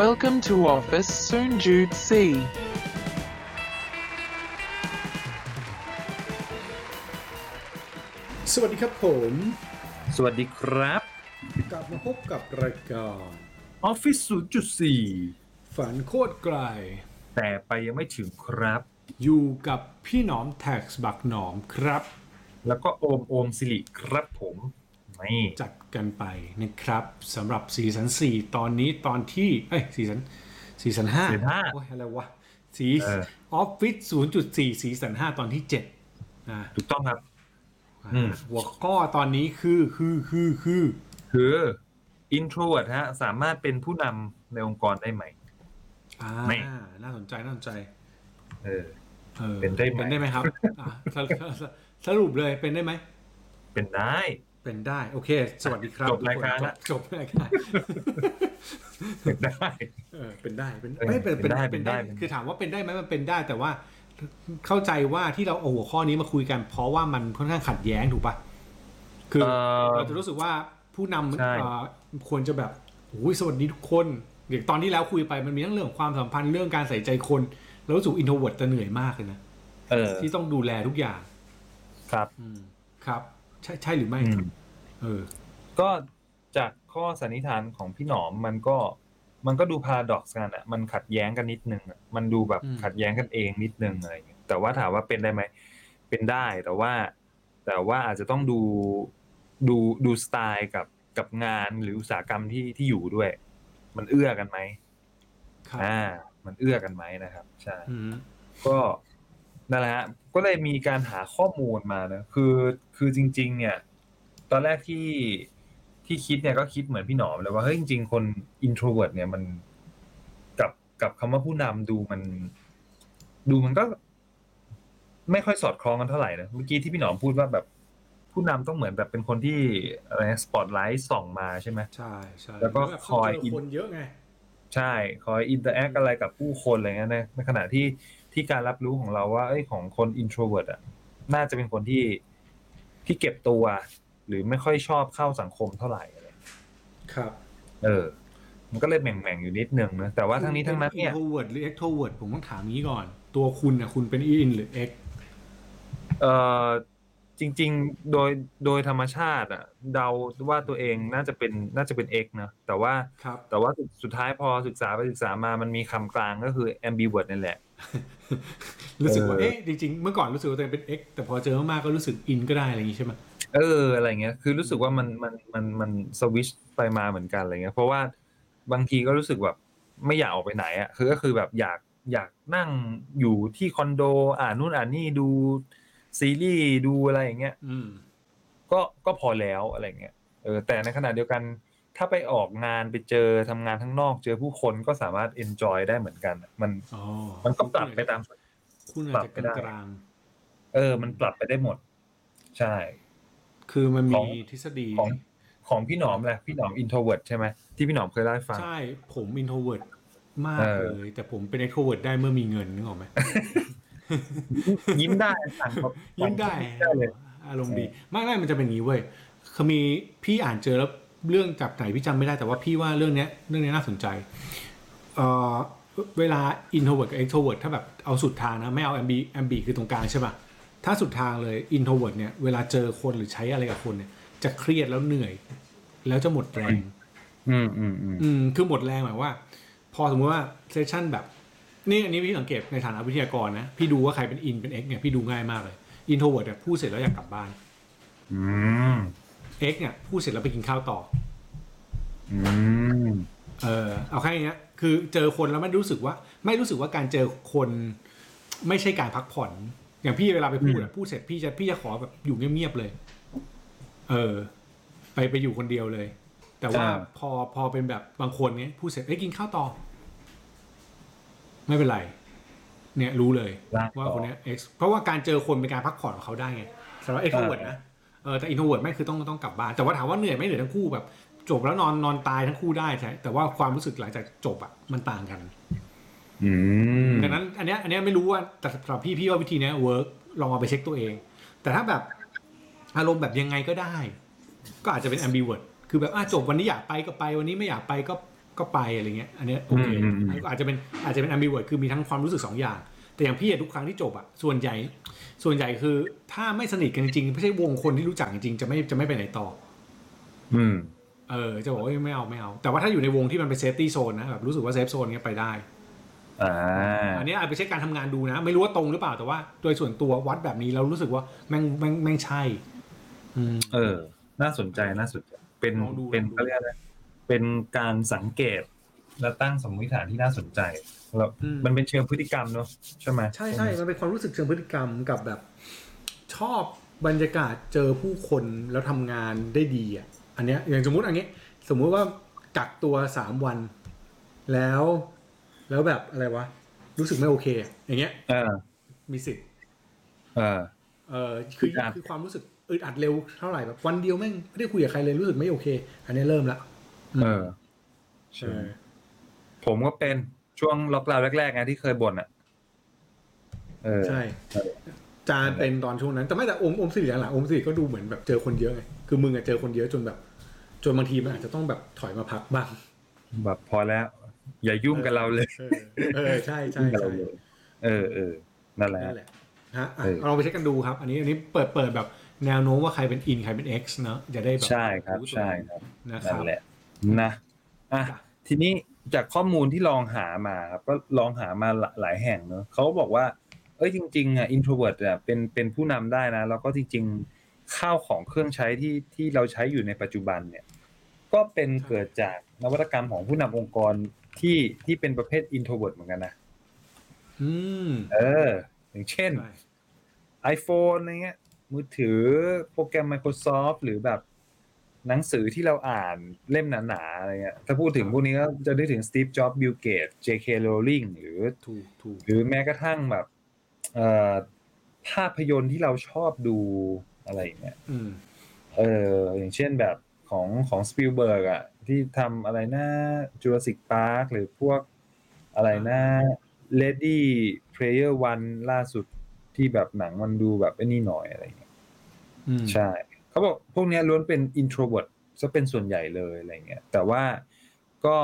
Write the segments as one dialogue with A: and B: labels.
A: Welcome to Office Soonjoot C.
B: สวัสดีครับผม
C: สวัสดีครับ
B: กลับมาพบกับรายการ
C: Office 0.4
B: ฝันโคตรไกล
C: แต่ไปยังไม่ถึงครับ
B: อยู่กับพี่หนอมแท็กซ์บักหนอมครับ
C: แล้วก็โอมโอมสิริครับผมนี่
B: จัดกันไปนะครับสำหรับซีซั่น4ตอนนี้ตอนที่ เอ้ยซีซั่นซีซั่นห้า
C: เสียงห้า
B: โอ้ยอะไรวะซี
C: เออ
B: ออฟฟิศ0.4ซีซั่น5ตอนที่7นะ
C: ถูกต้องครับ อืม
B: หัวข้อตอนนี้คือคือคือคือ
C: คือ introvert ฮะ สามารถเป็นผู้นำในองค์กรได้ไหม
B: อ่า
C: ไม่
B: น่าสนใจน่าสนใจ
C: เออ
B: ออ
C: เป็นได้ไหม
B: เป็นได้ไหมครับอ่ะสรุปสรุปเลยเป็นได้ไหม
C: เป็นได้
B: เป็นได้ โอเค สวัสดีครับ
C: จบรายการละ
B: จบจบรายการ
C: เป็นได้
B: เออเป็นได้เป็น
C: เออ
B: ไม่เป็น
C: เป็นได้
B: เป็นได้
C: เป็นได้
B: คือถามว่าเป็นได้ไหมมันเป็นได้ แต่ว่าเข้าใจว่าที่เราเอาหัวข้อนี้มาคุยกัน เพราะว่ามันค่อนข้างขัดแย้งถูกปะคือ
C: เอ่อ
B: เราจะรู้สึกว่าผู้นำ
C: ใช่
B: เอ่อควรจะแบบโอ้ยสวัสดีทุกคนอย่างตอนที่แล้วคุยไปมันมีทั้งเรื่องของความสัมพันธ์เรื่องการใส่ใจคนแล้วรู้สึกอินโทรเวิร์ดจะเหนื่อยมากเลยนะ
C: เออ
B: ที่ต้องดูแลทุกอย่าง
C: ครับ
B: อืมครับ ใช่ใช่หรือไม่
C: อื
B: ครั
C: ม
B: บเออ
C: ก็จากข้อสันนิษฐานของพี่หนอมมันก็มันก็ดูพาราดอกซ์กันอะมันขัดแย้งกันนิดนึงอะมันดูแบบ
B: อืม
C: ขัดแย้งกันเองนิดนึงอะไรอย่างเงี้ยแต่ว่าถามว่าเป็นได้ไหมเป็นได้แต่ว่า แต่ว่าอาจจะต้องดูดูดูสไตล์กับกับงานหรืออุตสาหกรรมที่ที่อยู่ด้วย มันเอื้อกันไหม
B: ครับ
C: อ่า มันเอื้อกันไหมนะครับใช่
B: อืม
C: ก็นั่นแหละฮะก็เลยมีการหาข้อมูลมานะคือคือจริง ๆ เนี่ย ตอนแรกที่ที่คิดเนี่ยก็คิดเหมือนพี่หนอมเลยว่าเฮ้ยจริง ๆ คน introvert เนี่ยมันกับกับคำว่าผู้นำดูมัน ดูมันก็ ไม่ค่อยสอดคล้องกันเท่าไหร่นะเมื่อกี้ที่พี่หนอมพูดว่าแบบ ผู้นำต้องเหมือนแบบเป็นคนที่อะไรสปอตไลท์ส่องมาใช่ไหม
B: ใช่ใช่
C: แล้วก็
B: บบ
C: คอย
B: เจคนเยอะไง
C: ใช่ คอยอินเตอร์แอคอะไรกับผู้คนอะไรเงี้ยนะในขณะที่ที่การรับรู้ของเราว่าเอ้ยของคนอินโทรเวิร์ดอ่ะน่าจะเป็นคนที่ที่เก็บตัว หรือไม่ค่อยชอบเข้าสังคมเท่าไหร่อะไร
B: ครับ
C: เออ มันก็เลยแหม่งๆอยู่นิดนึงนะแต่ว่าทั้งนี้ทั้งนั้นเนี่ย
B: introvert หรือ extrovert ผมต้องถามงี้ก่อน ตัวคุณน่ะคุณเป็น in หรือ ex
C: เออจริง ๆ โดยโดยธรรมชาติอ่ะ เดาว่าตัวเองน่าจะเป็นน่าจะเป็นเอกนะแต่ว่า
B: ครับ
C: แต่ว่าสุดสุดท้ายพอศึกษาไปศึกษามามันมีคำกลางก็คือ ambivert นั่นแหละ
B: รู้สึกว่า
C: เออ
B: เอ๊ะ จริงๆ เมื่อก่อนรู้สึกว่าตัวเองเป็น ex แต่พอเจอมากๆก็รู้สึก in ก็ได้อะไรอย่างงี้ใช่ไหม
C: เอออะไรเงี้ยคือรู้สึกว่ามันมันมันมันสวิชไปมาเหมือนกันอะไรเงี้ยเพราะว่าบางทีก็รู้สึกแบบไม่อยากออกไปไหนอ่ะคือก็คือแบบอยากอยากนั่งอยู่ที่คอนโดอ่านนู่นอ่านนี่ดูซีรีส์ดูอะไรอย่างเงี้ย
B: อืม
C: ก็ก็พอแล้วอะไรเงี้ยเออแต่ในขณะเดียวกัน ถ้าไปออกงานไปเจอทำงานข้างนอก เจอผู้คนก็สามารถเอนจอยได้เหมือนกันอะมัน
B: อ๋อ
C: มันก็ปรับไปตาม
B: คุณอาจ
C: ปรับ
B: จะ
C: ไปได้
B: กลาง
C: เออ มันปรับไปได้หมด ใช่
B: ๆคือมัน
C: ข
B: มี
C: อง
B: ทฤษฎี
C: ของของพี่หนอมแหละพี่หนอมอินโทรเวิร์ดใช่ไหมที่พี่หนอมเคยเล่าให้ฟัง
B: ใช่ ผม introvert มาก
C: เออ
B: เลย แต่ผมเป็น extrovert ได้เมื่อมีเงินนึกออกไหม
C: ยิ้มได้สั่งแบบ
B: ยิ้มได้
C: ได้เลย
B: อารมณ์ดี ไม่ไม่มันจะเป็นอย่างนี้เว้ยคือมีพี่อ่านเจอแล้วเรื่องจากไหนพี่จำไม่ได้แต่ว่าพี่ว่าเรื่องเนี้ยเรื่องเนี้ยน่าสนใจเอ่อเวลา introvert กับ extrovert ถ้าแบบเอาสุดทางนะ ไม่เอา ambi ambi คือตรงกลางใช่ป่ะ ถ้าสุดทางเลย introvert เนี่ยเวลาเจอคนหรือใช้อะไรกับคนเนี่ยจะเครียดแล้วเหนื่อย แล้วจะหมดแรง
C: อืมอืมอืม
B: อืมคือหมดแรงหมายว่า พอสมมติว่าเซสชั่นแบบนี่อันนี้พี่สังเกตในฐานะวิทยากรนะ พี่ดูว่าใครเป็นอินเป็นเอ็กเนี่ยพี่ดูง่ายมากเลยอินโทรเวิร์ดพูดเสร็จแล้วอยากกลับบ้าน
C: อืม
B: เอ็กเนี่ยพูดเสร็จแล้วไปกินข้าวต่อ
C: อืม
B: เออเอาแค่เนี้ยคือเจอคนแล้วไม่รู้สึกว่า ไม่รู้สึกว่าการเจอคนไม่ใช่การพักผ่อน อย่างพี่เวลาไปพูดอะพูดเสร็จพี่จะพี่จะขอแบบอยู่เงียบๆเลย เออ ไปไปอยู่คนเดียวเลย แต่ว่าพอพอเป็นแบบบางคนเนี้ยพูดเสร็จเอ้ยกินข้าวต่อ ไม่เป็นไร เนี่ยรู้เลย ว่าคนเนี้ย X เพราะว่าการเจอคนเป็นการพักผ่อนของเขาได้ไงสำหรับ extrovert นะเออแต่ introvert ไม่คือต้องต้องกลับบ้านแต่ว่าถามว่าเหนื่อยไหม่เหนื่อยทั้งคู่แบบ จบแล้วนอนนอนตายทั้งคู่ได้ใช่แต่ว่าความรู้สึกหลังจากจบอ่ะมันต่างกัน
C: อืม
B: ดังนั้นอันเนี้ยอันเนี้ยไม่รู้ว่าแต่สำหรับพี่พี่ว่าวิธีเนี้ย work ลองเอาไปเช็คตัวเอง แต่ถ้าแบบอารมณ์แบบยังไงก็ได้ ก็อาจจะเป็น ambivert คือแบบอ่ะจบวันนี้อยากไปก็ไปวันนี้ไม่อยากไปก็ ก็ไปอะไรเงี้ยอันเนี้ยโอเค
C: อืมอืมอืม
B: อาจจะเป็นอาจจะเป็น ambiverse คือมีทั้งความรู้สึกสองอย่าง แต่อย่างพี่อะทุกครั้งที่จบอะส่วนใหญ่ส่วนใหญ่คือถ้าไม่สนิทกันจริงๆไม่ใช่วงคนที่รู้จักจริงๆจะไม่จะไม่ไปไหนต่อ
C: อืม
B: เออจะบอกว่าเอ้ยไม่เอาไม่เอา แต่ว่าถ้าอยู่ในวงที่มันเป็นเซฟตี้โซนนะแบบรู้สึกว่าเซฟโซนเงี้ยไปได้
C: อ่า
B: อันนี้อาจไปเช็คการทำงานดูนะ ไม่รู้ว่าตรงหรือเปล่าแต่ว่า โดยส่วนตัววัดแบบนี้เรารู้สึกว่าแม่งแม่งแม่งใช่ อืม
C: เออ น่าสนใจ น่าสนใจ เป็น
B: ลองดู
C: เป็น
B: ลองดู
C: เขาเรียกอะไรเป็นการสังเกต และตั้งสมมติฐานที่น่าสนใจแล้ว
B: อืม
C: มันเป็นเชิงพฤติกรรมเนอะใช่ไหม
B: ใช่ใช่ มันเป็นความรู้สึกเชิงพฤติกรรมกับแบบ ชอบบรรยากาศเจอผู้คนแล้วทำงานได้ดีอ่ะ อันเนี้ยอย่างสมมุติอันเนี้ยสมมุติว่ากักตัวสามวัน แล้ว แล้วแบบอะไรวะ รู้สึกไม่โอเคอะอย่างเงี้ย
C: เออ
B: มีสิทธิ์
C: เออ
B: เออคือ
C: อึดอัด
B: คือความรู้สึกอึดอัดเร็วเท่าไหร่แบบวันเดียวแม่งไม่ได้คุยกับใครเลยรู้สึกไม่โอเค อันเนี้ยเริ่มละ
C: เออ
B: เออ
C: ผมก็เป็นช่วงล็อกดาวน์แรกๆไงที่เคยบ่นอ่ะ เออ
B: ใช่จานเป็นตอนช่วงนั้น แต่ไม่แต่อมอมสิริหลังๆอมสิริก็ดูเหมือนแบบเจอคนเยอะไงคือมึงอะเจอคนเยอะจนแบบ จนบางทีมันอาจจะต้องแบบถอยมาพักบ้าง
C: แบบพอแล้ว อย่ายุ่งกับเราเลย
B: ออเออใช่ใช่
C: ยุ่งกับ
B: ใช่
C: เราเลยเออเออ นั่นแหละ
B: นั่นแหละฮะอ่ะ
C: เออ
B: เอาลองไปเช็คกันดูครับ อันนี้อันนี้เปิดเปิดแบบแนวโน้มว่าใครเป็นอินใครเป็นเอ็กซ์เนอะจะได้แบบ
C: ใช่ครับใช่ครับ
B: นะค
C: นั่
B: รั
C: น
B: บ
C: แหละนะ อ่ะ
B: จ้ะ
C: ทีนี้จากข้อมูลที่ลองหามาครับก็ลองหามาหลหลายแห่งเนอะเขาก็บอกว่า เอ้ยจริงๆอ่ะอินโทรเวิร์ดอ่ะเป็นเป็นผู้นำได้นะ แล้วก็จริงๆข้าวของเครื่องใช้ที่ที่เราใช้อยู่ในปัจจุบันเนี่ย ก็เป็นเกิดจากนวัตกรรมของผู้นำองค์กรที่ที่เป็นประเภทอินโทรเวิร์ดเหมือนกันนะ
B: อืม
C: เออ อย่างเช่น
B: ใช่
C: iPhone อะไรเงี้ย มือถือโปรแกรม Microsoft หรือแบบหนังสือที่เราอ่านเล่มหนาๆอะไรเงี้ย ถ้าพูดถึงพวกนี้ก็จะได้ถึง Steve Jobs Bill Gates J.K. Rowling หรือ
B: ถูกถูก
C: หรือแม้กระทั่งแบบเอ่อภาพยนตร์ที่เราชอบดูอะไรอย่างเงี้ย
B: อืม
C: เอออย่างเช่นแบบของของสปิลเบิร์กอะที่ทำอะไรนะ Jurassic Park หรือพวกอะไรนะ Lady Player One ล่าสุดที่แบบหนังมันดูแบบไอ้นี่หน่อยอะไรอย่างเงี้ย
B: อืม
C: ใช่ เขาบอกพวกเนี้ยล้วนเป็น introvert ซะเป็นส่วนใหญ่เลยอะไรเงี้ยแต่ว่าก็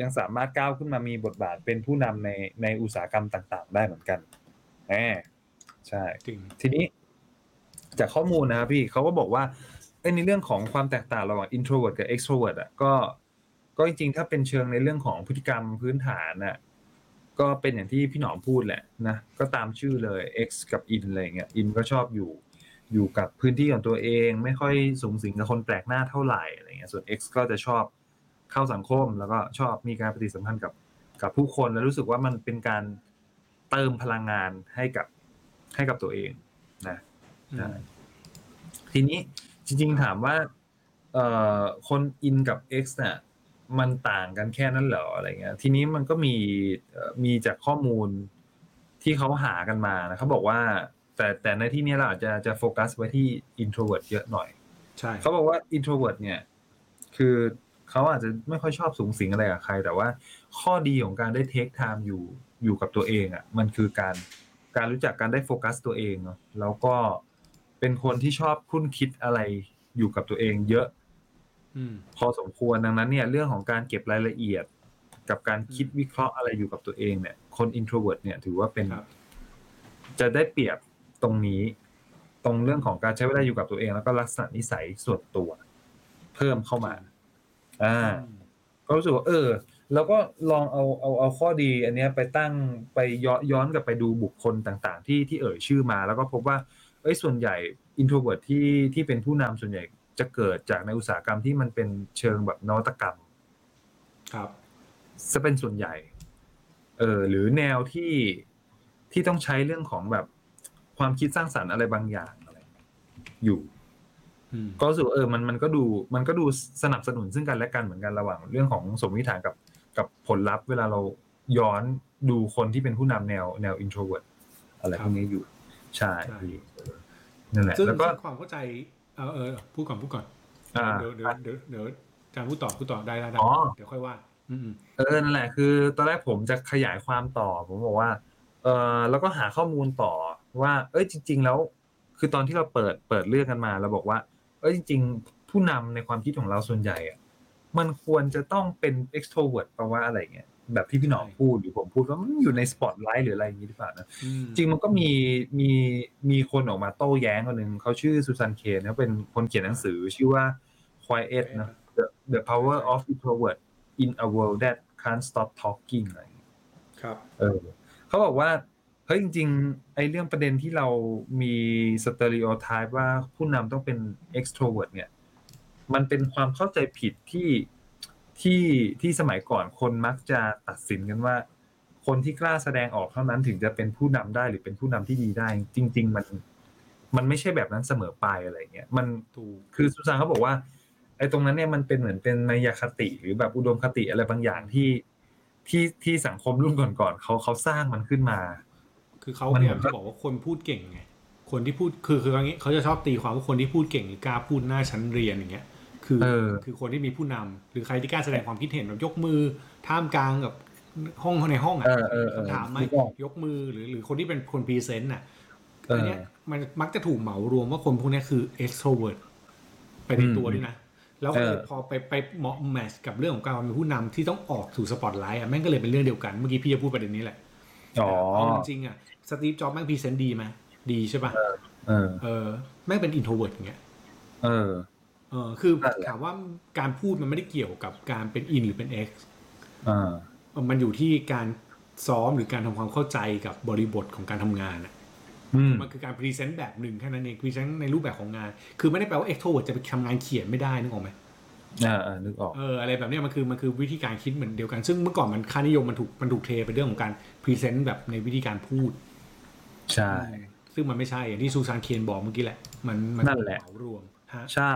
C: ยังสามารถก้าวขึ้นมามีบทบาทเป็นผู้นำในในอุตสาหกรรมต่างๆ ได้เหมือนกันแหมใช่
B: จริง
C: ทีนี้จากข้อมูลนะครับพี่เขาก็บอกว่าเอ้ยในเรื่องของความแตกต่างระหว่าง introvert กับ extrovert อ่ะก็ก็จริงๆ ถ้าเป็นเชิงในเรื่องของพฤติกรรมพื้นฐานอ่ะก็เป็นอย่างที่พี่หนอมพูดแหละนะก็ตามชื่อเลย x กับ in อะไรอย่างเงี้ย in ก็ชอบอยู่อยู่กับพื้นที่ของตัวเอง ไม่ค่อยสูงสิงกับคนแปลกหน้าเท่าไหร่อะไรเงี้ยส่วน x ก็จะชอบเข้าสังคม แล้วก็ชอบมีการปฏิสัมพันธ์กับ กับผู้คนแล้วรู้สึกว่ามันเป็นการเติมพลังงานให้กับให้กับตัวเองนะ
B: อืม
C: ทีนี้จริงๆถามว่าเอ่อคนอินกับ X เนี่ยมันต่างกันแค่นั้นเหรออะไรเงี้ยทีนี้มันก็มีเอ่อมีจากข้อมูลที่เขาหากันมานะเขาบอกว่าแต่แต่ในที่นี้เราอาจจะจะโฟกัสไว้ที่ introvert เยอะหน่อย
B: ใช่
C: เขาบอกว่า introvert เนี่ย คือเขาอาจจะไม่ค่อยชอบสูงสิงอะไรกับใคร แต่ว่าข้อดีของการได้ take time อยู่อยู่กับตัวเองอะ่ะ มันคือการการรู้จักการได้โฟกัสตัวเองเนาะแล้วก็เป็นคนที่ชอบคลุ้นคิดอะไรอยู่กับตัวเองเยอะ
B: อืม
C: พอสมควรดังนั้นเนี่ยเรื่องของการเก็บรายละเอียด กับการคิดวิเคราะห์อะไรอยู่กับตัวเองเนี่ย คน introvert เนี่ยถือว่าเป็น
B: ครับ
C: จะได้เปรียบตรงนี้ ตรงเรื่องของการใช้เวลาอยู่กับตัวเอง แล้วก็ลักษณะนิสัยส่วนตัว เพิ่มเข้ามา อ่า ก็รู้สึกว่าเออ แล้วก็ลองเอาเอาเอาข้อดี อันเนี้ยไปตั้งไปย้อนย้อนกลับไปดูบุคคลต่างๆ ที่ที่เอ่ยชื่อมา แล้วก็พบว่า เอ้ยส่วนใหญ่อินโทรเวิร์ที่ที่เป็นผู้นำส่วนใหญ่จะเกิดจากในอุตสาหกรรมที่มันเป็นเชิงแบบนวัตกรรม
B: ครับ
C: จะเป็นส่วนใหญ่ เออ หรือแนวที่ที่ต้องใช้เรื่องของแบบความคิดสร้างสรรค์อะไรบางอย่างอะไร อยู่
B: อืม
C: ก็รู้สึกว่าเออ มันมันก็ดู มันก็ดูสนับสนุนซึ่งกันและกันเหมือนกันระหว่างเรื่องของสมมติฐานกับกับผลลัพธ์ เวลาเราย้อนดูคนที่เป็นผู้นำแนวแนว introvert อะไรพวกนี้อยู่ ใช่
B: ใช่
C: พี่นั่นแหละ
B: ซึ่ง
C: แล้วก็
B: ซึ่งความเข้าใจเออเออพูดก่อนพูดก่อน
C: อ่า
B: เดี๋ยวเดี๋ยวเดี๋ยวเดี๋ยวอาจารย์พูดต่อพูดต่อได้ได้ได้
C: อ๋อ
B: เดี๋ยวค่อยว่า อืมอืม
C: เออ นั่นแหละ คือ ตอนแรกผมจะขยายความต่อ ผมบอกว่า เออแล้วก็หาข้อมูลต่อว่า เอ้ย จริง ๆ แล้ว คือตอนที่เราเปิด เปิดเรื่องกันมา เราบอกว่า เอ้ย จริง ๆ ผู้นำในความคิดของเราส่วนใหญ่อะ มันควรจะต้องเป็น extrovert เพราะว่าอะไรเงี้ยแบบที่พี่หนอมพูดหรือผมพูดว่ามันอยู่ในสปอตไลท์หรืออะไรอย่างนี้หรือเปล่านะ จริงมันก็มีมีมีคนออกมาโต้แย้งคนหนึ่งเขาชื่อซูซานเคนเขาเป็นคนเขียนหนังสือชื่อว่า Quiet นะ The, The Power of Introvert in a World That Can't Stop Talking อะไรอย่างเงี้ย
B: ครับ
C: เออเขาบอกว่าเฮ้ยจริงๆไอ้เรื่องประเด็นที่เรามีสเตอริโอไทป์ว่าผู้นำต้องเป็น extrovert เนี่ย มันเป็นความเข้าใจผิดที่ที่ที่สมัยก่อนคนมักจะตัดสินกันว่า คนที่กล้าแสดงออกเท่านั้นถึงจะเป็นผู้นำได้หรือเป็นผู้นำที่ดีได้ จริง ๆ มันมันไม่ใช่แบบนั้นเสมอไปอะไรเงี้ยมัน
B: ถูก
C: คือซูซานเขาบอกว่าไอ้ตรงนั้นเนี่ยมันเป็นเหมือนเป็นมายาคติหรือแบบอุดมคติอะไรบางอย่างที่ที่ที่สังคมรุ่นก่อนๆเขาเขาสร้างมันขึ้นมา
B: คือเขา
C: มัน
B: พ
C: เห
B: ยา
C: มื
B: ยา
C: อ
B: ม
C: น
B: จะบอกว่าคนพูดเก่งไง คนที่พูดคือคืออย่างนี้เขาจะชอบตีความว่าคนที่พูดเก่งหรือกล้าพูดหน้าชั้นเรียนอย่างเงี้ย คือ
C: เออ
B: คือคนที่มีผู้นำหรือใครที่กล้าแสดงความคิดเห็นแบบยกมือท่ามกลางกับห้องในห้องอ่ะ
C: เออเออเออ
B: คำถามไหม
C: นึกออก
B: ยกมือหรือหรือคนที่เป็นคนพรีเซนต์น่ะ
C: เอออั
B: นเนี้ยมันมักจะถูกเหมารวมว่าคนพวกเนี้ยคือ extrovert ไปในตัว
C: อืม
B: ด้วยนะ แล้ว
C: เออ
B: พอไปไปเหมาะแมชกับเรื่องของการเป็นผู้นำที่ต้องออกสู่สปอตไลท์อ่ะแม่งก็เลยเป็นเรื่องเดียวกันเมื่อกี้พี่จะพูดประเด็นนี้แหละ
C: อ๋อ
B: เอาจริงๆอ่ะสตีฟจ็อบส์แม่งพรีเซนต์ดีไหมดีใช่ป่ะ
C: เออ
B: เออแม่งเป็นอินโทรเวิร์ดอย่างเงี้ย
C: เออ
B: เออคือ
C: นั่นแหละ
B: ถามว่าการพูดมันไม่ได้เกี่ยวกับการเป็นอินหรือเป็นเอ็กซ์
C: อ่า
B: มันอยู่ที่การซ้อมหรือการทำความเข้าใจกับบริบทของการทำงานอะ
C: อืม
B: มันคือการพรีเซนต์แบบหนึ่งแค่นั้นเองพรีเซนต์ในรูปแบบของงาน คือไม่ได้แปลว่าเอ็กโทรเวิร์ดจะไปทำงานเขียนไม่ได้นึกออกไหม
C: อ่าอ่านึกออก
B: เอออะไรแบบเนี้ยมันคือมันคือวิธีการคิดเหมือนเดียวกัน ซึ่งเมื่อก่อนมันค่านิยมมันถูกมันถูกเทไปเรื่องของการพรีเซนต์แบบในวิธีการพูด
C: ใช่
B: ซึ่งมันไม่ใช่อย่างที่ซูซานเคนบอกเมื่อกี้แหละ มันมัน
C: นั่นแหละ
B: เมารวมฮะ
C: ใช่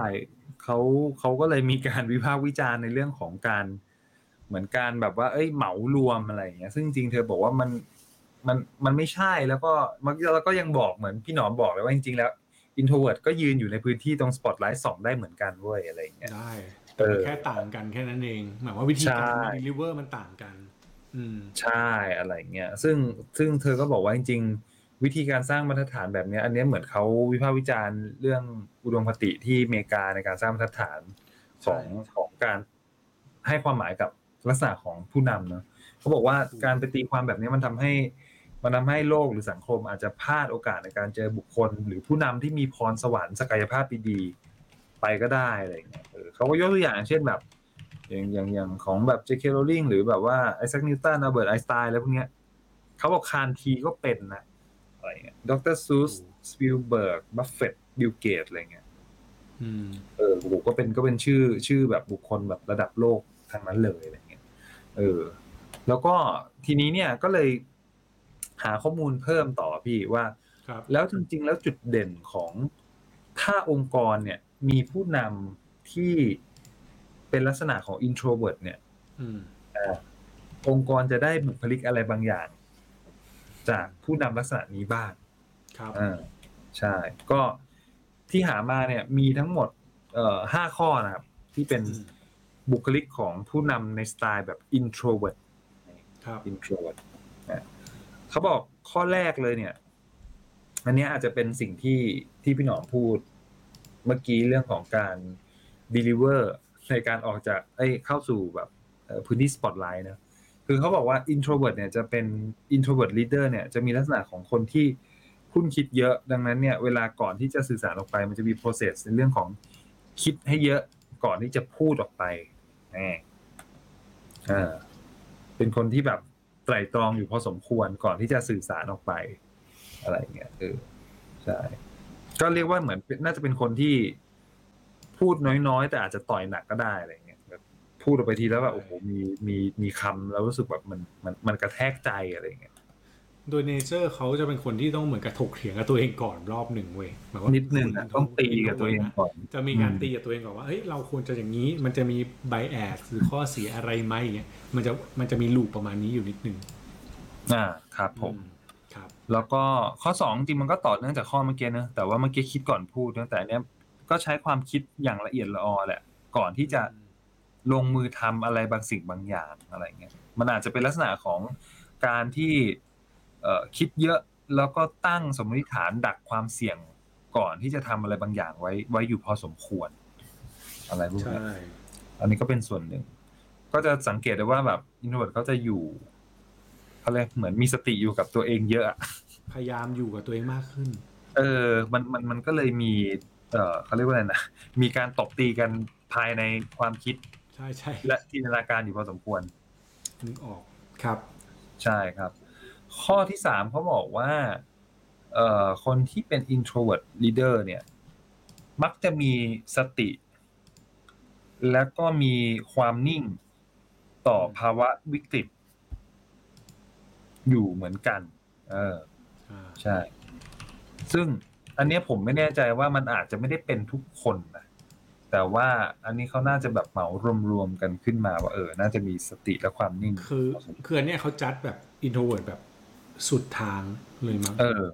C: เขาเขาก็เลยมีการวิพากษ์วิจารณ์ในเรื่องของการเหมือนการแบบว่า เอ้ยเหมารวมอะไรอย่างเงี้ย ซึ่งจริงๆเธอบอกว่ามันมันมันไม่ใช่แล้วก็มันแล้วก็ยังบอกเหมือนพี่หนอมบอกเลยว่าจริงๆแล้วอินโทรเวิร์ดก็ยืนอยู่ในพื้นที่ตรงสปอตไลท์สองได้เหมือนกันเว้ยอะไรอย่างเงี้ย
B: ได้
C: เออ
B: แค่ต่างกันแค่นั้นเอง หมายว่าวิธีการ
C: ใช่
B: ด e ลิเวอร์มันต่างกัน อืม
C: ใช่อะไรอย่างเงี้ยซึ่งซึ่งเธอก็บอกว่าจริง ๆ วิธีการสร้างมาตรฐานแบบเนี้ย อันเนี้ยเหมือนเขาวิพากษ์วิจารณ์เรื่องอุดมคติที่อเมริกาในการสร้างมาตรฐานของ
B: ใช่
C: ของการให้ความหมายกับลักษณะของผู้นำเนาะเขาบอกว่าการไปตีความแบบเนี้ยมันทำให้มันทำให้โลกหรือสังคมอาจจะพลาดโอกาสในการเจอบุคคล หรือผู้นำที่มีพรสวรรค์ศักยภาพดีๆไปก็ได้อะไรอย่างเงี้ยเออเขาก็ยกตัวอย่างเช่นแบบ อย่างอย่างอย่างของแบบเจคโรลิงหรือแบบว่าไอแซคนิวตันอเบิร์ตไอน์สไตน์อะไรพวกเนี้ยเขาบอกคานทีก็เป็นนะอะไรเงี้ยดรซูสสปิลเบิร์กบัฟเฟตบิลเกตอะไรเงี้ย
B: อืม
C: เออโอ้โหก็เป็นก็เป็นชื่อชื่อแบบบุคคลแบบระดับโลกทางนั้นเลยอะไรเงี้ยเออ แล้วก็ทีนี้เนี่ยก็เลยหาข้อมูลเพิ่มต่อพี่ว่า
B: ครับ
C: แล้วจริงๆ แล้วจุดเด่นของถ้าองค์กรเนี่ยมีผู้นำที่เป็นลักษณะของ introvert เนี่ย
B: อืม
C: องค์กรจะได้บุคลิกอะไรบางอย่าง จากผู้นำลักษณะนี้บ้าง
B: ครับ
C: อ่าใช่ ก็ที่หามาเนี่ยมีทั้งหมดเอ่อห้าข้อนะครับ ที่เป็น
B: อืม
C: บุคลิกของผู้นำในสไตล์แบบ introvert
B: ครับ
C: introvert นะเขาบอกข้อแรกเลยเนี่ย อันเนี้ยอาจจะเป็นสิ่งที่ที่พี่หนอมพูดเมื่อกี้เรื่องของการ deliver ในการออกจากเอ้ยเข้าสู่แบบเอ่อพื้นที่ spotlight นะ คือเขาบอกว่า introvert เนี่ยจะเป็น introvert leader เนี่ยจะมีลักษณะของคนที่คุ้นคิดเยอะ ดังนั้นเนี่ยเวลาก่อนที่จะสื่อสารออกไป มันจะมี process ในเรื่องของคิดให้เยอะก่อนที่จะพูดออกไปแน่อ่าเป็นคนที่แบบไตร่ตรองอยู่พอสมควรก่อนที่จะสื่อสารออกไป อะไรอย่างเงี้ยเออใช่ ก็เรียกว่าเหมือนเป็นน่าจะเป็นคนที่พูดน้อยๆ แต่อาจจะต่อยหนักก็ได้อะไรอย่างเงี้ยแบบพูดออกไปทีแล้วแบบโอ้โหมีมีมีคำแล้วรู้สึกแบบมันมันมันกระแทกใจอะไรอย่างเงี้ย
B: โดยเนเจอร์เขาจะเป็นคนที่ต้องเหมือนกับถกเถียงกับตัวเองก่อนรอบหนึ่งเว้ยหมายว่า
C: นิดนึงอะต้องตีกับตัวเองก่อน
B: จะมีการ
C: อืม
B: ตีกับตัวเองก่อนว่าเฮ้ยเราควรจะอย่างนี้มันจะมีไบแอสหรือข้อเสียอะไรไหมอย่างเงี้ยมันจะมันจะมีลูปประมาณนี้อยู่นิดนึง
C: อ่าครับผม
B: อืครับ
C: แล้วก็ข้อสองจริงมันก็ต่อเนื่องจากข้อเมื่อกี้นะแต่ว่าเมื่อกี้คิดก่อนพูดนะแต่อันเนี้ยก็ใช้ความคิดอย่างละเอียดละออแหละ ก่อนที่จะลงมือทำอะไรบางสิ่งบางอย่างอะไรเงี้ยมันอาจจะเป็นลักษณะของการที่เอ่อคิดเยอะแล้วก็ตั้งสมมติฐานดักความเสี่ยงก่อนที่จะทำอะไรบางอย่างไว้ไว้อยู่พอสมควร อะไรพวก
B: ใช่
C: นี้ อันนี้ก็เป็นส่วนหนึ่ง ก็จะสังเกตได้ว่าแบบอินโทรเวิร์ดเขาจะอยู่เขาเรียกเหมือนมีสติอยู่กับตัวเองเยอะอะ
B: พยายามอยู่กับตัวเองมากขึ้น
C: เออ มัน มัน มันก็เลยมี เออเขาเรียกว่าอะไรนะ มีการตบตีกันภายในความคิด
B: ใช่ใช่
C: และจินตนาการอยู่พอสมควร
B: นึกออกครับ
C: ใช่ครับ ข้อที่สามเขาบอกว่า เอ่อ คนที่เป็น introvert leader เนี่ย มักจะมีสติ แล้วก็มีความนิ่งต่อภาวะวิกฤต อยู่เหมือนกัน เออ
B: อ่า
C: ใช่ ซึ่งอันเนี้ยผมไม่แน่ใจว่ามันอาจจะไม่ได้เป็นทุกคนนะ แต่ว่าอันนี้เขาน่าจะแบบเหมารวมๆกันขึ้นมาว่าเออ น่าจะมีสติและความนิ่ง
B: คือคืออันเนี้ยเขาจัดแบบอินโทรเวิร์ดแบบสุดทางเลยมั้ง
C: เออ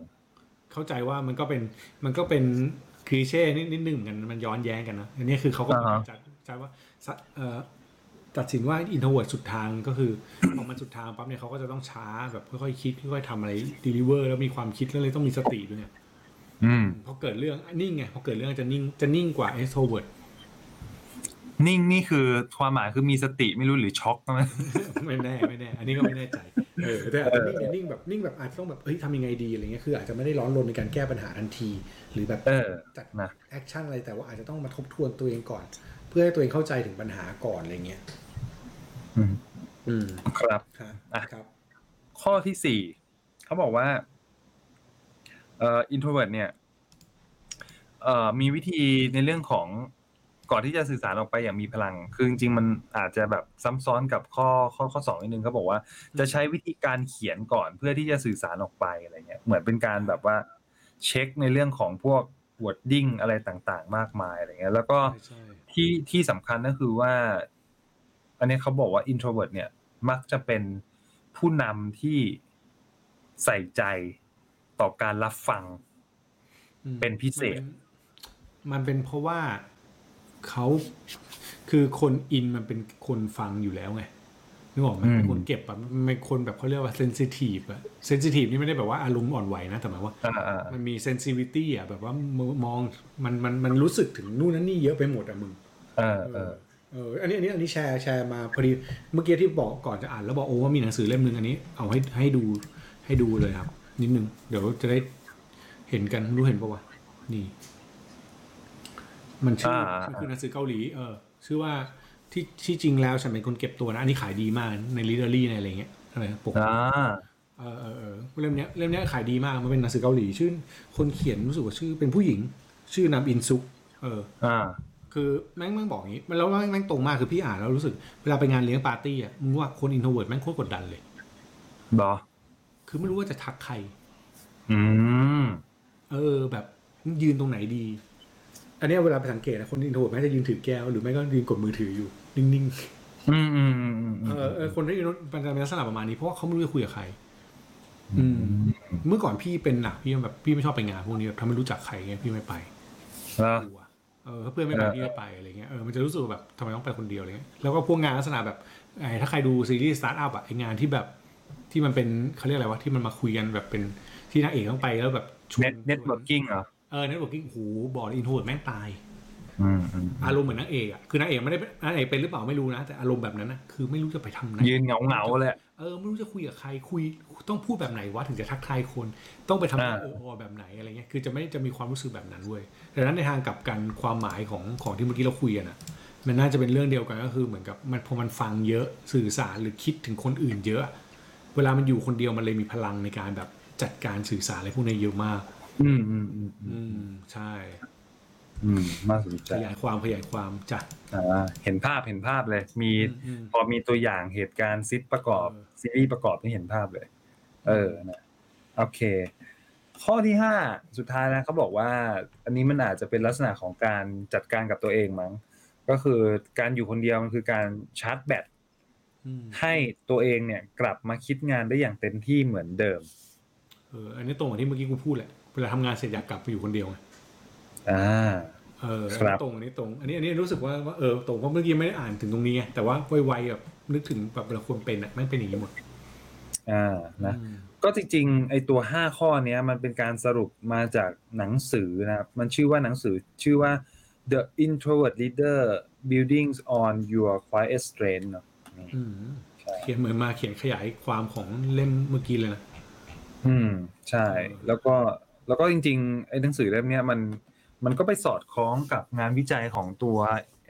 B: เข้าใจว่ามันก็เป็นมันก็เป็นคลีเช่นิดนิดหนึ่งเหมือนกันมันย้อนแย้งกันนะอันเนี้ยคือเขาก็
C: อ่าฮะ
B: จัดจัดว่าสะเอ่อตัดสินว่าอินโทรเวิร์ดสุดทางก็คือ พอมันสุดทางปั๊บเนี่ยเขาก็จะต้องช้าแบบค่อยๆคิดค่อยๆทำอะไรด e ลิเวอร์แล้วมีความคิดแล้วเลยต้องมีสติด้วยเนี่ย
C: อืม
B: พอเกิดเรื่องนิ่งไงพอเกิดเรื่องจะนิ่งจะนิ่งกว่าเอ็กโทรเวิร์ด
C: นิ่งนี่คือความหมายคือมีสติไม่รู้หรือช็อก ใช่ไหม
B: ไม่แน่ไม่แน่ อันนี้ก็ไม่แน่ใจเออแต่อาจจะนิ่งเนี่ยนิ่งแบบนิ่งแบบอาจจะต้องแบบเฮ้ยทำยังไงดีอะไรเงี้ยคืออาจจะไม่ได้ร้อนรนในการแก้ปัญหาทันที หรือแบบ
C: เออ
B: จัด
C: นะ
B: แอคชั่นอะไรแต่ว่าอาจจะต้องมาทบทวนตัวเองก่อน เพื่อให้ตัวเองเข้าใจถึงปัญหาก่อนอะไรเงี้ย
C: อืม
B: อืม
C: ครับ
B: ค่ะ
C: อ่ะ
B: ครับ
C: ข้อที่สี่เขาบอกว่า เอ่ออินโทรเวิร์ดเนี่ย เอ่อมีวิธีในเรื่องของก่อนที่จะสื่อสารออกไปอย่างมีพลัง คือจริงๆมันอาจจะแบบซ้ำซ้อนกับข้อข้อข้อสองนิดนึงเขาบอกว่าจะใช้วิธีการเขียนก่อนเพื่อที่จะสื่อสารออกไปอะไรเงี้ยเหมือนเป็นการแบบว่า เช็คในเรื่องของพวกวอดดิ้งอะไรต่างๆ มากมายอะไรเงี้ยแล้วก็
B: ใช่ใช่
C: ที่ที่สำคัญก็คือว่า อันนี้เขาบอกว่า introvert เนี่ย มักจะเป็นผู้นำที่ใส่ใจต่อการรับฟัง
B: อืม
C: เป็นพิเศษ
B: มันเป็นมันเป็นเพราะว่าเขาคือคนอินมันเป็นคนฟังอยู่แล้วไงนึกออกไหม
C: อืม
B: เป็นคนเก็บอะมันเป็นคนแบบเขาเรียกว่าเซนซิทีฟอะเซนซิทีฟนี่ไม่ได้แบบว่าอารมณ์อ่อนไหวนะแต่หมายว่า
C: อ่าอ่า
B: มันมีเซนซิวิตี้อ่ะแบบว่ามมองมันมันมันรู้สึกถึงนู่นนั่นนี่เยอะไปหมดอ่ะมึง
C: เออ
B: เอ
C: เอ
B: อ
C: อ
B: เอออันนี้อันนี้อันนี้แชร์แชร์มาพอดีเมื่อกี้ที่บอกก่อนจะอ่านแล้วบอกโอ้ว่ามีหนังสือเล่มหนึ่งอันนี้ เอาให้ให้ดูให้ดูเลยครับ นิดนึงเดี๋ยวจะได้เห็นกันรู้เห็นปะวะนี่ มันชื่ออา คือหนังสือเกาหลีเออชื่อว่าที่ที่จริงแล้วฉันเป็นคนเก็บตัวนะอันนี้ขายดีมากในลิเดอรี่ในอะไรเงี้ยอะไรปก
C: อ่า
B: เออเออเออเล่มเนี้ยเล่มเนี้ยขายดีมากมันเป็นหนังสือเกาหลีชื่อคนเขียนรู้สึกว่าชื่อเป็นผู้หญิง ชื่อนามอินซุกเออ
C: อ่า
B: คือแม่งแม่งบอกอย่างงี้มันแล้วแม่งตรงมากคือพี่อ่านแล้วรู้สึกเวลาไปงานเลี้ยงปาร์ตี้อ่ะมึงว่าคนอินโทรเวิร์ดแม่งโคตรกดดันเลย
C: บอ
B: คือไม่รู้ว่าจะทักใคร
C: อืม
B: เออ แบบยืนตรงไหนดี อันเนี้ยเวลาไปสังเกตนะคนอินโทรเวิร์ดแม่งจะยืนถือแก้วหรือไม่ก็ยืนกดมือถืออยู่นิ่งๆ
C: อืมอืมอืมอืม
B: เออเออคนที่อยู่นู้นมันจะเป็นลักษณะประมาณนี้เพราะว่าเขาไม่รู้จะคุยกับใคร อืม เมื่อก่อนพี่เป็นหนักพี่แบบพี่ไม่ชอบไปงานพวกนี้แบบถ้าไม่รู้จักใครเงี้ยพี่ไม่ไป
C: แล้ว
B: กลัวเออถ้าเพื่อนไม่ไป
C: เออ
B: พี่ไม่ไปอะไรเงี้ยเออมันจะรู้สึกว่าแบบทำไมต้องไปคนเดียวอะไรเงี้ยแล้วก็พวกงานลักษณะแบบไอ้ถ้าใครดูซีรีส์สตาร์ทอัพอะไองานที่แบบที่มันเป็นเขาเรียกอะไรวะที่มันมาคุยกันแบบเป็นที่นางเอกต้องไปแล้วแบบชวน
C: เน็ตเน็ตเวิร์กิ้งเหรอ
B: เออเน็ตเวิร์กิ้งโหบอกอินโทรแม่งตาย
C: อืมอืม
B: อารมณ์เหมือนนางเอกอะคือนางเอกไม่ได้เป็นนางเอกเป็นหรือเปล่าไม่รู้นะแต่อารมณ์แบบนั้นนะคือไม่รู้จะไปทำไหน
C: ยืนเหงาเหงาๆเลย
B: เออไม่รู้จะคุยกับใครคุยต้องพูดแบบไหนวะถึงจะทักทายคน ต้องไปทำ
C: อ่า
B: โอโอแบบไหนอะไรเงี้ยคือจะไม่จะมีความรู้สึกแบบนั้นเว้ยดังนั้นในทางกลับกันความหมายของของที่เมื่อกี้เราคุยกันอ่ะ มันน่าจะเป็นเรื่องเดียวกันก็คือเหมือนกับมันพอมันฟังเยอะสื่อสารหรือคิดถึงคนอื่นเยอะ เวลามันอยู่คนเดียวมันเลยมีพลังในการแบบจัดการสื่อสารอะไรพวกนี้เยอะมาก
C: อืมอืมอืมอืม
B: อืมใช่
C: อืมน่าสนใจ
B: ขยายความขยายความจ้ะ
C: อ่าเห็นภาพเห็นภาพเลยมี
B: อืมอืม
C: พอมีตัวอย่างเหตุการณ์ซิปประกอบ
B: เออ
C: ซีรีส์ประกอบที่เห็นภาพเลย เออนะโอเค ข้อที่ห้าสุดท้ายนะเขาบอกว่า อันนี้มันอาจจะเป็นลักษณะของการจัดการกับตัวเองมั้ง ก็คือการอยู่คนเดียวมันคือการชาร์จแบต
B: อืม
C: ให้ตัวเองเนี่ย กลับมาคิดงานได้อย่างเต็มที่เหมือนเดิม
B: เอออันนี้ตรงกับที่เมื่อกี้กูพูดแหละเวลาทำงานเสร็จอยากกลับไปอยู่คนเดียวไง
C: อ่า
B: เออ
C: ครับ
B: ตรงอันนี้ตรง อันนี้อันนี้รู้สึกว่าว่าเออตรงเพราะเมื่อกี้ไม่ได้อ่านถึงตรงนี้ไงแต่ว่าไวๆแบบนึกถึงแบบเวลาควรเป็นอ่ะไม่งเป็นอย่างนี้หมด
C: อ่านะ
B: อืม
C: ก็จริงๆ ไอตัว 5 ข้อเนี้ยมันเป็นการสรุปมาจากหนังสือนะครับ มันชื่อว่าหนังสือชื่อว่า the introvert leader buildings on your quiet strength เนอะนี่
B: อืม
C: ใช่
B: เขียนเหมือนมาเขียนขยายความของเล่มเมื่อกี้เลยนะ
C: อืมใช่ แล้วก็แล้วก็จริงๆ ไอ้หนังสือเล่มเนี้ยมันมันก็ไปสอดคล้องกับงานวิจัยของตัว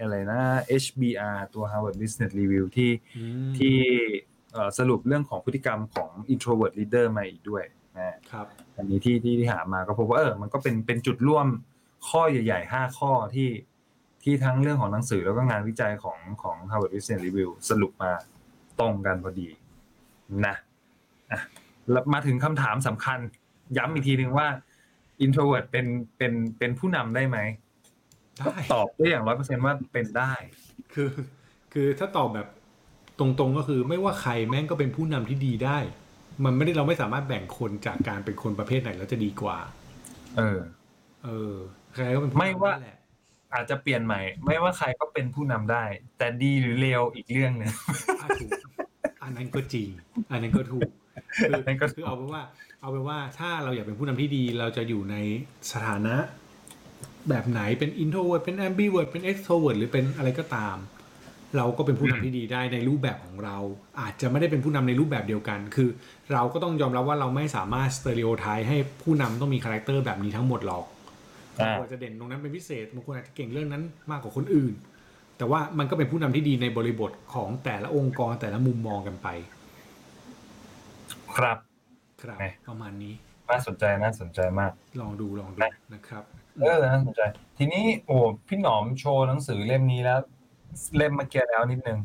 C: อะไรนะ HBR ตัว Harvard Business Review ที่
B: อืม
C: ที่เอ่อสรุปเรื่องของพฤติกรรมของ introvert leader มาอีกด้วยนะครับ อันนี้ที่ที่ที่หามาก็พบว่าเออมันก็เป็นเป็นจุดร่วมข้อใหญ่ๆ 5 ข้อที่ที่ทั้งเรื่องของหนังสือแล้วก็งานวิจัยของของ Harvard Business Review สรุปมาตรงกันพอดีนะอ่ะแล้วมาถึงคำถามสำคัญ ย้ำอีกทีหนึ่งว่า introvert เป็นเป็นเป็นผู้นำได้ไหม
B: ได้
C: ตอบได้อย่างร้อยเปอร์เซ็นว่าเป็นได้
B: คือ คือถ้าตอบแบบตรงๆก็คือไม่ว่าใครแม่งก็เป็นผู้นำที่ดีได้ มันไม่ได้เราไม่สามารถแบ่งคนจากการเป็นคนประเภทไหนแล้วจะดีกว่า
C: เออ
B: เออ ใครก็เป็นผู้นำ
C: ไม่ว่า
B: แหละ
C: อาจจะเปลี่ยนใหม่ ไม่ว่าใครก็เป็นผู้นำได้ แต่ดีหรือเลวอีกเรื่องหนึง
B: อ่ะถูกอันนั้นก็จริง อันนั้นก็ถูก คือ
C: อันนั้นก็ถูก
B: คือเอาเป็นว่า เอาเป็นว่าถ้าเราอยากเป็นผู้นำที่ดี เราจะอยู่ในสถานะ แบบไหนเป็น introvert เป็น ambivert เป็น extrovert หรือเป็นอะไรก็ตาม เราก็เป็นผู้นำที่ดีได้ในรูปแบบของเรา อาจจะไม่ได้เป็นผู้นำในรูปแบบเดียวกัน คือ เราก็ต้องยอมรับว่าเราไม่สามารถสเตอริโอไทป์ให้ผู้นำต้องมีคาแรคเตอร์แบบนี้ทั้งหมดหรอก บาง
C: อ่า
B: คนอาจจะเด่นตรงนั้นเป็นพิเศษบางคนอาจจะเก่งเรื่องนั้นมากกว่าคนอื่น แต่ว่ามันก็เป็นผู้นำที่ดีในบริบทของแต่ละองค์กรแต่ละมุมมองกันไป
C: ครับ
B: ครับ
C: ไง
B: ประมาณนี้
C: น่าสนใจน่าสนใจมาก
B: ลองดูลองดู
C: ได้
B: นะครับ
C: เออน่าสนใจ ทีนี้โอ้พี่หนอมโชว์หนังสือเล่มนี้แล้ว เล่มเมื่อกี้แล้วนิดนึง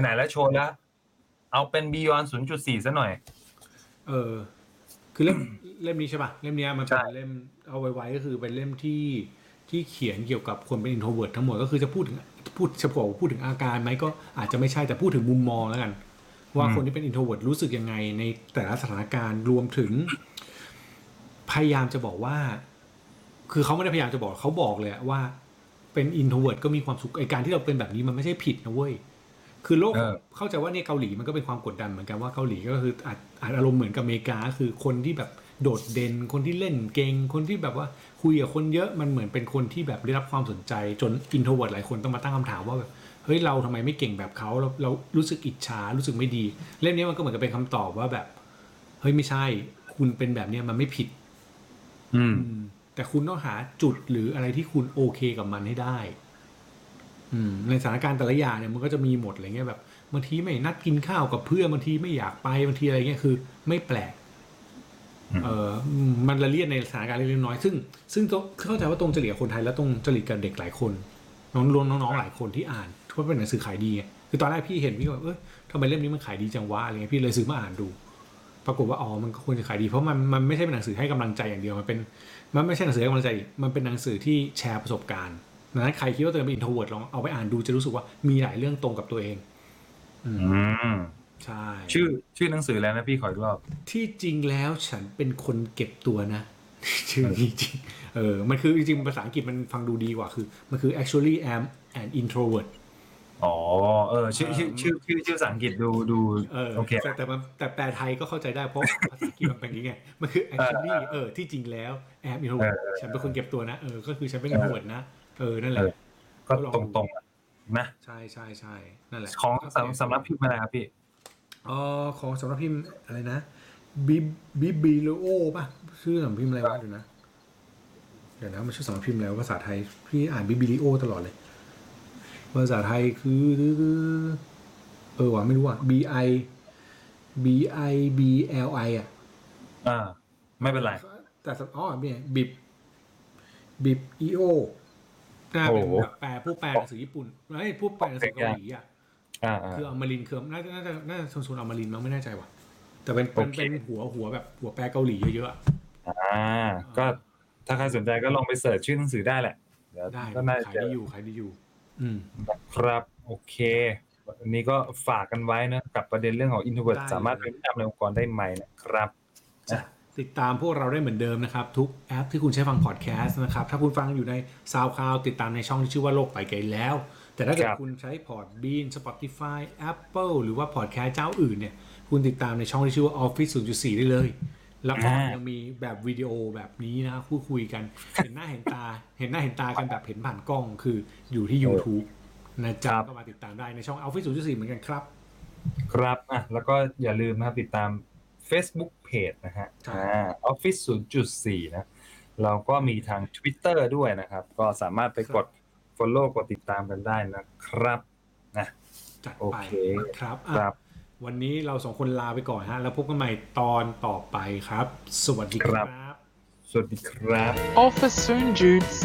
C: ไหนๆแล้วโชว์แล้ว เอาเป็น Beyond 0.4ซะหน่อย
B: เออ คือเล่มเล่มนี้ใช่ปะเล่มเนี้ยมัน
C: ใช่
B: เป็นเล่มเอาไว้ๆก็คือเป็นเล่มที่ที่เขียนเกี่ยวกับคนเป็น introvert ทั้งหมดก็คือจะพูดถึงพูดเฉพาะพูดถึงอาการไหมก็อาจจะไม่ใช่แต่พูดถึงมุมมองแล้วกัน ว่าคนที่เป็น introvert รู้สึกยังไงในแต่ละสถานการณ์รวมถึง พยายามจะบอกว่า คือเขาไม่ได้พยายามจะบอกเขาบอกเลยอะว่าเป็น introvert ก็มีความสุขไอการที่เราเป็นแบบนี้มันไม่ใช่ผิดนะเว้ย คือโลก
C: เออ
B: เข้าใจว่าเนี่ยเกาหลีมันก็เป็นความกดดันเหมือนกันว่าเกาหลีก็คืออาจอาจอารมณ์เหมือนกับอเมริกาคือคนที่แบบโดดเด่นคนที่เล่นเก่งคนที่แบบว่าคุยกับคนเยอะมันเหมือนเป็นคนที่แบบได้รับความสนใจจนอินโทรเวิร์หลายคนต้องมาตั้งคำถามว่าแบบเฮ้ยเราทำไมไม่เก่งแบบเขาเราเรารู้สึกอิจฉารู้สึกไม่ดี เล่มนี้มันก็เหมือนกับเป็นคำตอบว่าแบบ เฮ้ยไม่ใช่ คุณเป็นแบบเนี้ยมันไม่ผิด
C: อืม
B: อืมแต่คุณต้องหาจุดหรืออะไรที่คุณโอเคกับมันให้ได้ อืม ในสถานการณ์แต่ละอย่างเนี่ยมันก็จะมีหมดอะไรเงี้ยแบบบางทีไม่นัดกินข้าวกับเพื่อนบางทีไม่อยากไปบางทีอะไรเงี้ยคือ ไม่แปลก
C: อืม
B: เออมันละเลียดในสถานการณ์เล็กๆน้อยๆซึ่ง ซึ่งต้องเข้าใจว่าตรงจริตกับคนไทยและตรงจริตกับเด็กหลายคน น้องรวมน้องๆหลายคนที่อ่านเพราะเป็นหนังสือขายดีไงคือตอนแรกพี่เห็นพี่ก็แบบเออทำไมเล่มนี้มันขายดีจังวะอะไรเงี้ยพี่เลยซื้อมาอ่านดู ปรากฏว่าอ๋อมันก็ควรจะขายดีเพราะมันมันไม่ใช่เป็นหนังสือให้กำลังใจอย่างเดียวมันเป็น มันไม่ใช่หนังสือให้กำลังใจ มันเป็นหนังสือที่แชร์ประสบการณ์ดังนั้นใครคิดว่าตัวเองเป็น introvert ลองเอาไปอ่านดูจะรู้สึกว่ามีหลายเรื่องตรงกับตัวเอง อืม
C: อืม
B: ใช่
C: ชื่อชื่อหนังสือแล้วนะพี่ขออีกรอบ
B: ที่จริงแล้วฉันเป็นคนเก็บตัวนะ ชื่อนี้จริง เออ มันคือจริงๆภาษาอังกฤษมันฟังดูดีกว่าคือ มันคือ actually am an introvert
C: อ๋อ เออ ชื่อชื่อชื่อชื่อชื่อภาษาอังกฤษดูดู
B: เออ
C: โอเค
B: แต่แต่มันแต่แปลไทยก็เข้าใจได้เพราะ ภาษาอังกฤษมันเป็นอย่างนี้ไงมันคือ actually เออที่จริงแล้ว am introvert ฉันเป็นคนเก็บตัวนะเออก็คือฉันเป็น introvert นะเออนั่นแหละ
C: เออ ก็ตรงตรงๆอะนะ
B: ใช่ใช่ใช่นั่นแหละ
C: ของสำสำหรับพี่มาแล้วครับพี่
B: เออของสำนักพิมพ์อะไรนะบิบิบิโลโอป่ะชื่อสำนักพิมพ์อะไรวะเดี๋ยวนะเดี๋ยวนะมันชื่อสำนักพิมพ์แล้วะภาษาไทยพี่อ่านบิบิลิโอตลอดเลย ภาษาไทยคือ เออวะไม่รู้อ่ะ B I B I B L I อ่ะ
C: อ่า ไม่เป็นไร
B: แต่สำอ๋อเนี่ยบิบบิบอีโอน่าเป็น
C: โอ้โห
B: แบบแปลผู้แปลหนังสือญี่ปุ่นเฮ้ยผู้แปลหนังสือเกาหลีอ่ะ
C: อ่าอ่า
B: คืออมรินทร์คือน่าจะน่าจะน่าจะโซนๆอมรินทร์มั้งไม่แน่ใจว่ะแต่เป็นเป็น
C: โอเค
B: เป็นหัวหัวแบบหัวแปลเกาหลีเยอะๆอะ
C: อ่าก็ถ้าใครสนใจก็ลองไปเสิร์ชชื่อหนังสือได้แหละเยว
B: ได้
C: ก็น่าจะ
B: ขาย
C: เจ
B: ดี
C: อ
B: อยู่ขายดีอยู่ อืม
C: ครับโอเควันนี้ก็ฝากกันไว้นะ กับประเด็นเรื่องของ introvert
B: ได้
C: สามารถเป็นผู้นำในองค์กรได้ไหมนะครับ
B: จะติดตามพวกเราได้เหมือนเดิมนะครับ ทุกแอปที่คุณใช้ฟังพอดแคสต์นะครับ ถ้าคุณฟังอยู่ใน SoundCloud ติดตามในช่องที่ชื่อว่าโลกไปไกลแล้ว แต่ถ้าเกิด
C: ครับ
B: คุณใช้ Podbean Spotify Apple หรือว่าพอดแคสต์เจ้าอื่นเนี่ย คุณติดตามในช่องที่ชื่อว่า Office 0.4 ได้เลย แล้วก็
C: อ่ายั
B: ยังมีแบบวิดีโอแบบนี้นะพูดคุยกัน เห็นหน้าเห็นตา เห็นหน้าเห็นตากันแบบเห็นผ่านกล้องคืออยู่ที่ YouTube นะจ๊ะก็มาติดตามได้ในช่อง a l p h a 0.4เหมือนกันครับ
C: ครับอ่ะแล้วก็อย่าลืมนะครับติดตาม Facebook Page นะฮะ
B: ครับ
C: อ่า Office 0.4 นะ เราก็มีทาง Twitter ด้วยนะครับ ก็สามารถไปกด Follow กดติดตามกันได้นะครับ
B: จัด
C: โอ
B: ไป
C: เค
B: ครับ
C: ค
B: อ่ะ
C: รับ
B: วันนี้เราสองคนลาไปก่อนฮะ แล้วพบกันใหม่ตอนต่อไปครับ สวัสดีค
C: ครั
B: รับ บ
C: สวัสดีครับ
A: Office Soon Jude C.